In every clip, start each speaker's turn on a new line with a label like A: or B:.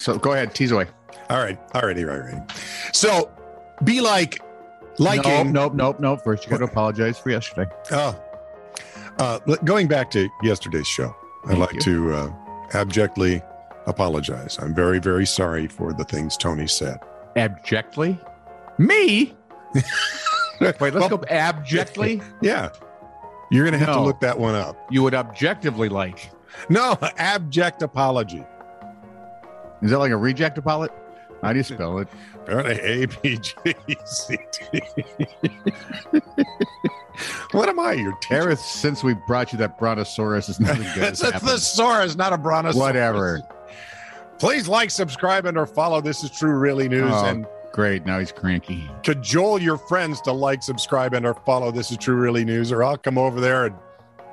A: So go ahead, tease away.
B: All right. All righty. All right. So be like liking.
A: Nope, nope, nope, nope. First, you got to apologize for yesterday.
B: Oh. Uh, l- going back to yesterday's show, I'd
A: Thank
B: like
A: you.
B: to uh, abjectly apologize. I'm very, very sorry for the things Tony said.
A: Abjectly? Me? Wait, let's
B: Well-
A: go abjectly.
B: Yeah. You're going to have to
A: No.
B: look that one up.
A: You would objectively like.
B: No, abject apology.
A: Is that like a reject apology? How do you spell it?
B: Apparently, A, B, G, C, D. What am I? Your teacher?
A: Eris, since we brought you that brontosaurus, is nothing good.
B: It's
A: has
B: a
A: happened.
B: thesaurus, not a brontosaurus.
A: Whatever.
B: Please like, subscribe, and or follow. This is True Really News,
A: Oh.
B: and
A: Great. Now he's cranky.
B: cajole your friends to like, subscribe, and or follow. This is True Really News, or I'll come over there and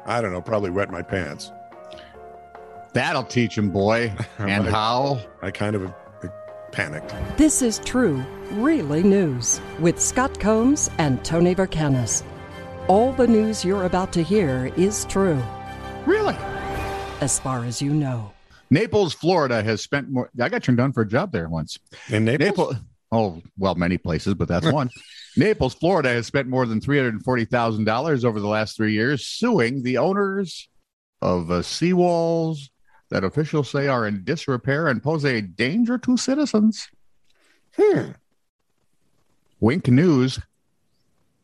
B: I don't know, probably wet my pants.
A: That'll teach him, boy. And
B: I,
A: how?
B: I kind of uh, panicked.
C: This is true, really news with Scott Combs and Tony Vercanis. All the news you're about to hear is true,
A: Really?
C: as far as you know.
A: Naples, Florida has spent more. I got turned down for a job there once.
B: In Naples,
A: Naples. Oh, well, many places, but that's one. Naples, Florida has spent more than $340,000 over the last three years suing the owners of uh, seawalls that officials say are in disrepair and pose a danger to citizens.
B: Hmm.
A: Wink News.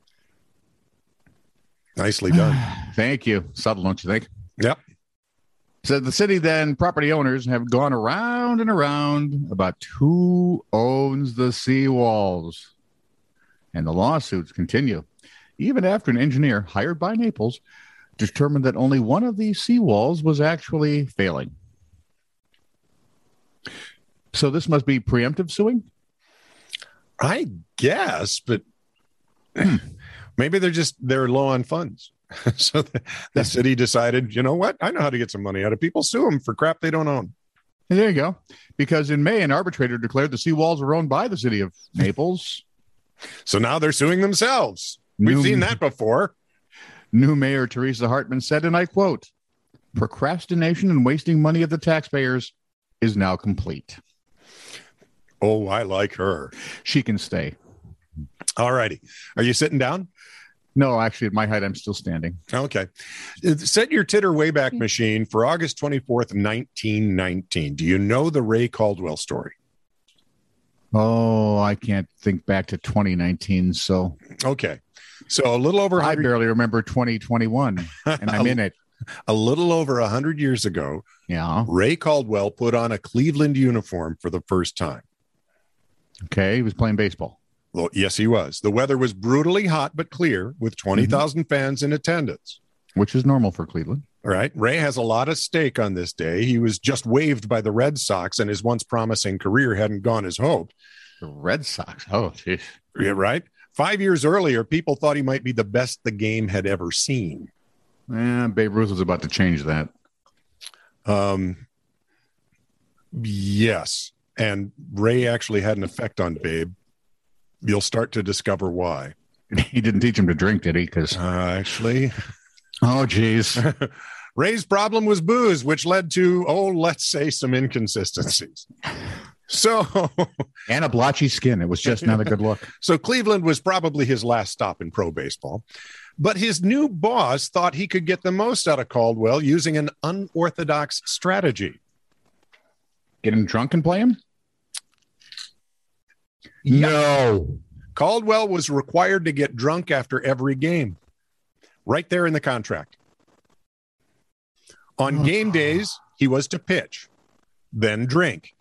B: nicely done.
A: Thank you. Subtle, don't you think?
B: Yep.
A: So the city then property owners have gone around and around about who owns the seawalls. And the lawsuits continue, even after an engineer hired by Naples determined that only one of these seawalls was actually failing. So this must be preemptive suing?
B: I guess, but maybe they're just they're low on funds. so the, the city decided, you know what? I know how to get some money out of people. Sue them for crap they don't own.
A: And there you go. Because in May, an arbitrator declared the seawalls were owned by the city of Naples.
B: So now they're suing themselves. We've
A: New-
B: seen that before.
A: New Mayor Teresa Hartman said, and I quote, procrastination and wasting money of the taxpayers is now complete.
B: Oh, I like her.
A: She can stay.
B: All righty. Are you sitting down?
A: No, actually, at my height, I'm still standing.
B: Okay. Uh, Set your titter wayback machine for August 24th, 1919. Do you know the Ray Caldwell story?
A: Oh, I can't think back to 2019. So
B: Okay. So a little over
A: I
B: 100,
A: barely remember 2021, and I'm in it.
B: a little over 100 years ago,
A: Yeah.
B: Ray Caldwell put on a Cleveland uniform for the first time.
A: Okay. He was playing baseball.
B: Well, yes, he was. The weather was brutally hot but clear with 20,000 fans in attendance.
A: Which is normal for Cleveland.
B: All right. Ray has a lot of stake on this day. He was just waived by the Red Sox and his once promising career hadn't gone as hoped.
A: The Red Sox. Oh, geez.
B: Yeah, right. Five years earlier, people thought he might be the best the game had ever seen.
A: Eh, Babe Ruth was about to change that.
B: Um, yes. And Ray actually had an effect on Babe. You'll start to discover why.
A: He didn't teach him to drink, did he? Because,
B: Uh, actually,
A: oh, geez.
B: Ray's problem was booze, which led to, oh, let's say some inconsistencies. So,
A: and a blotchy skin. It was just not a good look.
B: so Cleveland was probably his last stop in pro baseball. But his new boss thought he could get the most out of Caldwell using an unorthodox strategy.
A: Get him drunk and play him? No.
B: Caldwell was required to get drunk after every game, right there in the contract. On game days, he was to pitch, then drink.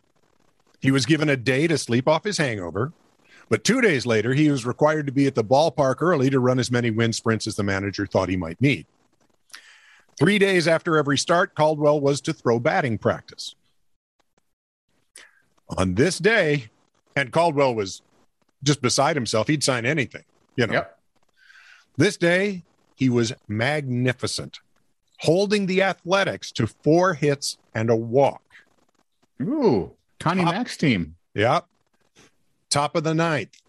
B: He was given a day to sleep off his hangover, but two days later, he was required to be at the ballpark early to run as many wind sprints as the manager thought he might need. Three days after every start, Caldwell was to throw batting practice. On this day, and Caldwell was just beside himself. He'd sign anything, you know.
A: Yep.
B: This day, he was magnificent, holding the Athletics to four hits and a walk.
A: Ooh. Connie
B: Top-
A: Mack's team.
B: Yep. Top of the ninth,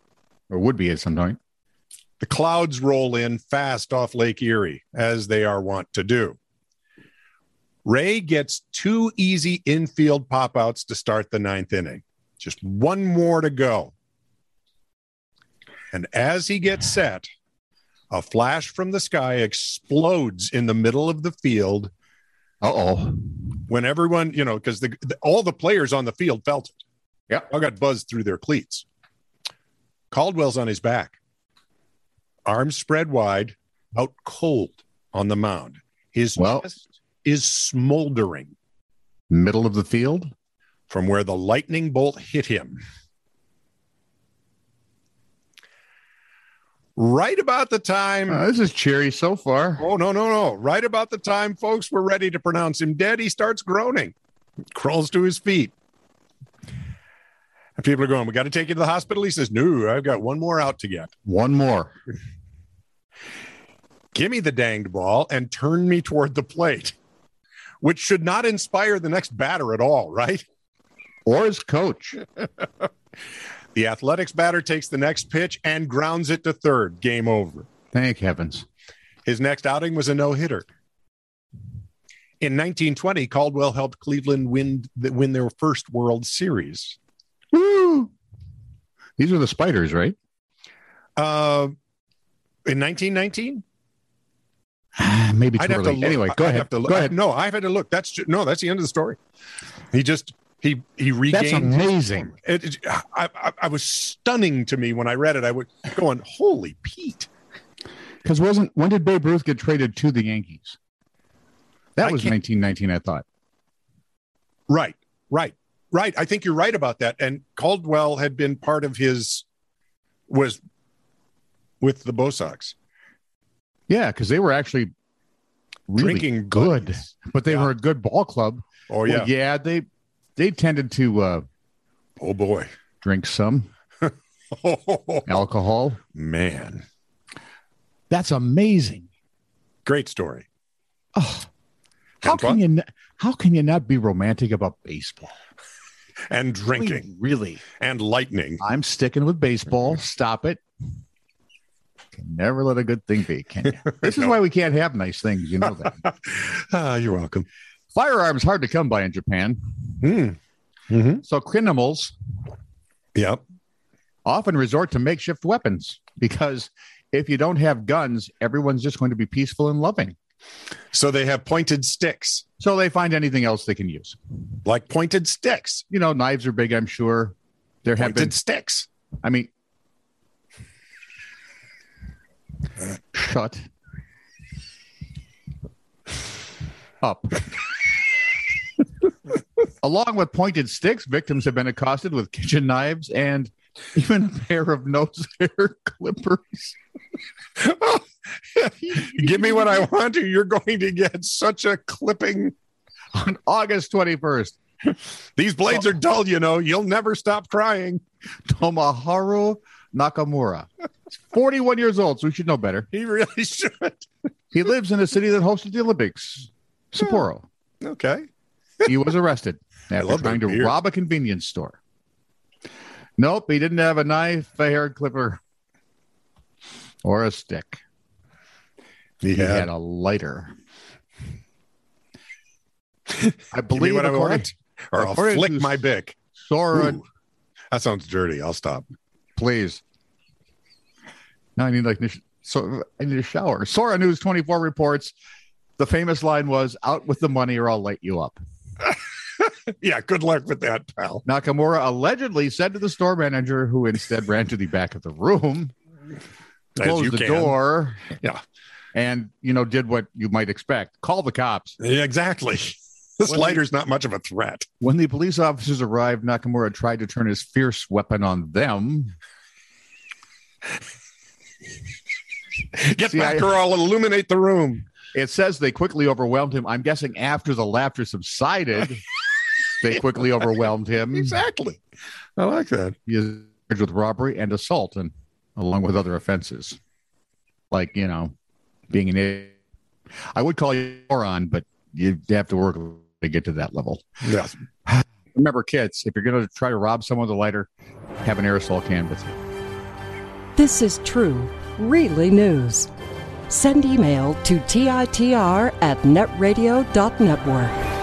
A: Or would be at some point.
B: the clouds roll in fast off Lake Erie, as they are wont to do. Ray gets two easy infield pop outs to start the ninth inning. Just one more to go. And as he gets set, a flash from the sky explodes in the middle of the field
A: Uh oh.
B: when everyone, you know, because the, the, all the players on the field felt it.
A: Yep.
B: All got buzzed through their cleats. Caldwell's on his back, arms spread wide, out cold on the mound. His
A: Well-
B: chest is smoldering
A: Middle of the field.
B: from where the lightning bolt hit him. Right about the time
A: Uh, this is cheery so far.
B: Oh, no, no, no. Right about the time folks were ready to pronounce him dead, he starts groaning, crawls to his feet. And people are going, We got to take you to the hospital. He says, No, I've got one more out to get.
A: One more.
B: Give me the danged ball and turn me toward the plate, which should not inspire the next batter at all, right?
A: Or his coach.
B: The athletics batter takes the next pitch and grounds it to third. Game over.
A: Thank heavens.
B: His next outing was a no hitter. In 1920, Caldwell helped Cleveland win, win their first World Series.
A: Woo! These are the spiders, right?
B: Uh, in 1919,
A: Ah, Maybe
B: I'd
A: too
B: have to
A: early.
B: look.
A: Anyway, go
B: I'd
A: ahead.
B: have to look.
A: Go ahead.
B: No, I've had to look. That's ju- no. That's the end of the story. He just he he regained.
A: That's
B: his
A: amazing.
B: form. It, it- I, I, I was stunning to me when I read it. I was going, "Holy Pete!"
A: Because wasn't when did Babe Ruth get traded to the Yankees? That
B: I
A: was
B: can't-
A: 1919, I thought.
B: Right, right, right. I think you're right about that. And Caldwell had been part of his was with the Bo Sox
A: Yeah, because they were actually really
B: drinking
A: good,
B: buddies.
A: but they
B: Yeah.
A: were a good ball club.
B: Oh
A: Well,
B: yeah.
A: yeah, they they tended to uh,
B: Oh boy.
A: drink some
B: Oh
A: alcohol.
B: man.
A: That's amazing.
B: Great story.
A: Oh, how
B: And
A: can
B: what?
A: you n- how can you not be romantic about baseball?
B: and drinking
A: really?
B: and lightning.
A: I'm sticking with baseball. Stop it. Can never let a good thing be, can you? This is
B: No.
A: why we can't have nice things. You know that.
B: Ah, you're welcome.
A: Firearms hard to come by in Japan,
B: Mm. Mm-hmm.
A: so criminals
B: Yep.
A: often resort to makeshift weapons because if you don't have guns, everyone's just going to be peaceful and loving.
B: So they have pointed sticks,
A: So they find anything else they can use.
B: like pointed sticks,
A: You know, knives are big, I'm sure. There have
B: pointed
A: been,
B: sticks.
A: I mean, shut up. Along with pointed sticks, victims have been accosted with kitchen knives and even a pair of nose hair clippers.
B: Give me what I want, or you're going to get such a clipping.
A: on August 21st,
B: These blades are dull, you know. You'll never stop crying.
A: Tomoharu Nakamura. He's 41 years old, so he should know better.
B: He really should.
A: He lives in a city that hosted the Olympics, Sapporo.
B: Okay.
A: He was arrested after
B: love
A: trying to
B: their beer.
A: rob a convenience store. Nope, he didn't have a knife, a hair clipper, or a stick.
B: He
A: He had
B: had.
A: a lighter. I
B: Give me
A: believe
B: what I
A: according-
B: want, or I'll
A: according
B: flick
A: to-
B: my bick.
A: Sora
B: Ooh, that sounds dirty. I'll stop.
A: please. Now I need like so I need a shower. Sora News 24 reports the famous line was out with the money or I'll light you up.
B: Yeah. Good luck with that, pal.
A: Nakamura allegedly said to the store manager, who instead ran to the back of the room,
B: As you
A: closed the
B: can.
A: door.
B: Yeah.
A: And you know, did what you might expect. Call the cops.
B: Yeah, exactly. This
A: When he-
B: lighter's not much of a threat.
A: When the police officers arrived, Nakamura tried to turn his fierce weapon on them.
B: Get
A: See,
B: back,
A: I-
B: or I'll illuminate the room.
A: It says they quickly overwhelmed him. I'm guessing after the laughter subsided, they quickly overwhelmed him.
B: Hmm. Exactly. I like that.
A: He is charged with robbery and assault, and along with other offenses, like you know, being an idiot. I would call you a moron, but you have to work to get to that level.
B: Yes.
A: Remember, kids, if you're going to try to rob someone with a lighter, have an aerosol can with you.
C: This is true, really news. Send email to TITR at netradio.network.